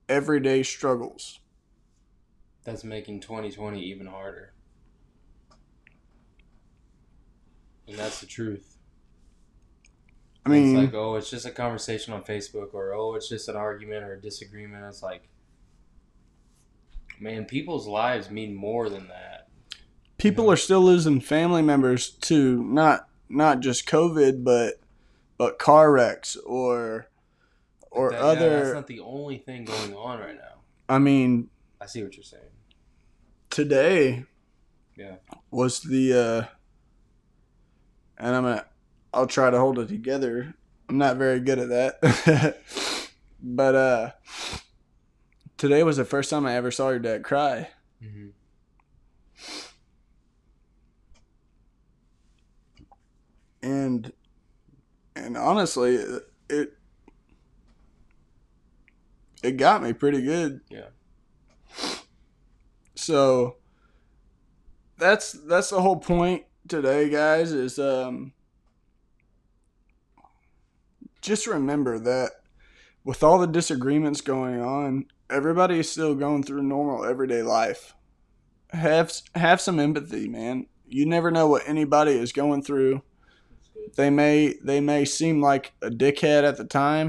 everyday struggles. That's making 2020 even harder. And that's the truth. I mean, it's like, oh, it's just a conversation on Facebook, or oh, it's just an argument or a disagreement. It's like, man, people's lives mean more than that. people Yeah. are still losing family members to not not just COVID, but but car wrecks or or That- yeah, other. that's not the only thing going on right now. I mean, I see what you're saying. today Yeah. was the uh, and I'm gonna I'll try to hold it together. I'm not very good at that, but uh, today was the first time I ever saw your dad cry. Mm-hmm. and and honestly it it got me pretty good Yeah. so that's that's the whole point today guys is um just remember that with all the disagreements going on everybody is still going through normal everyday life have have some empathy man you never know what anybody is going through they may they may seem like a dickhead at the time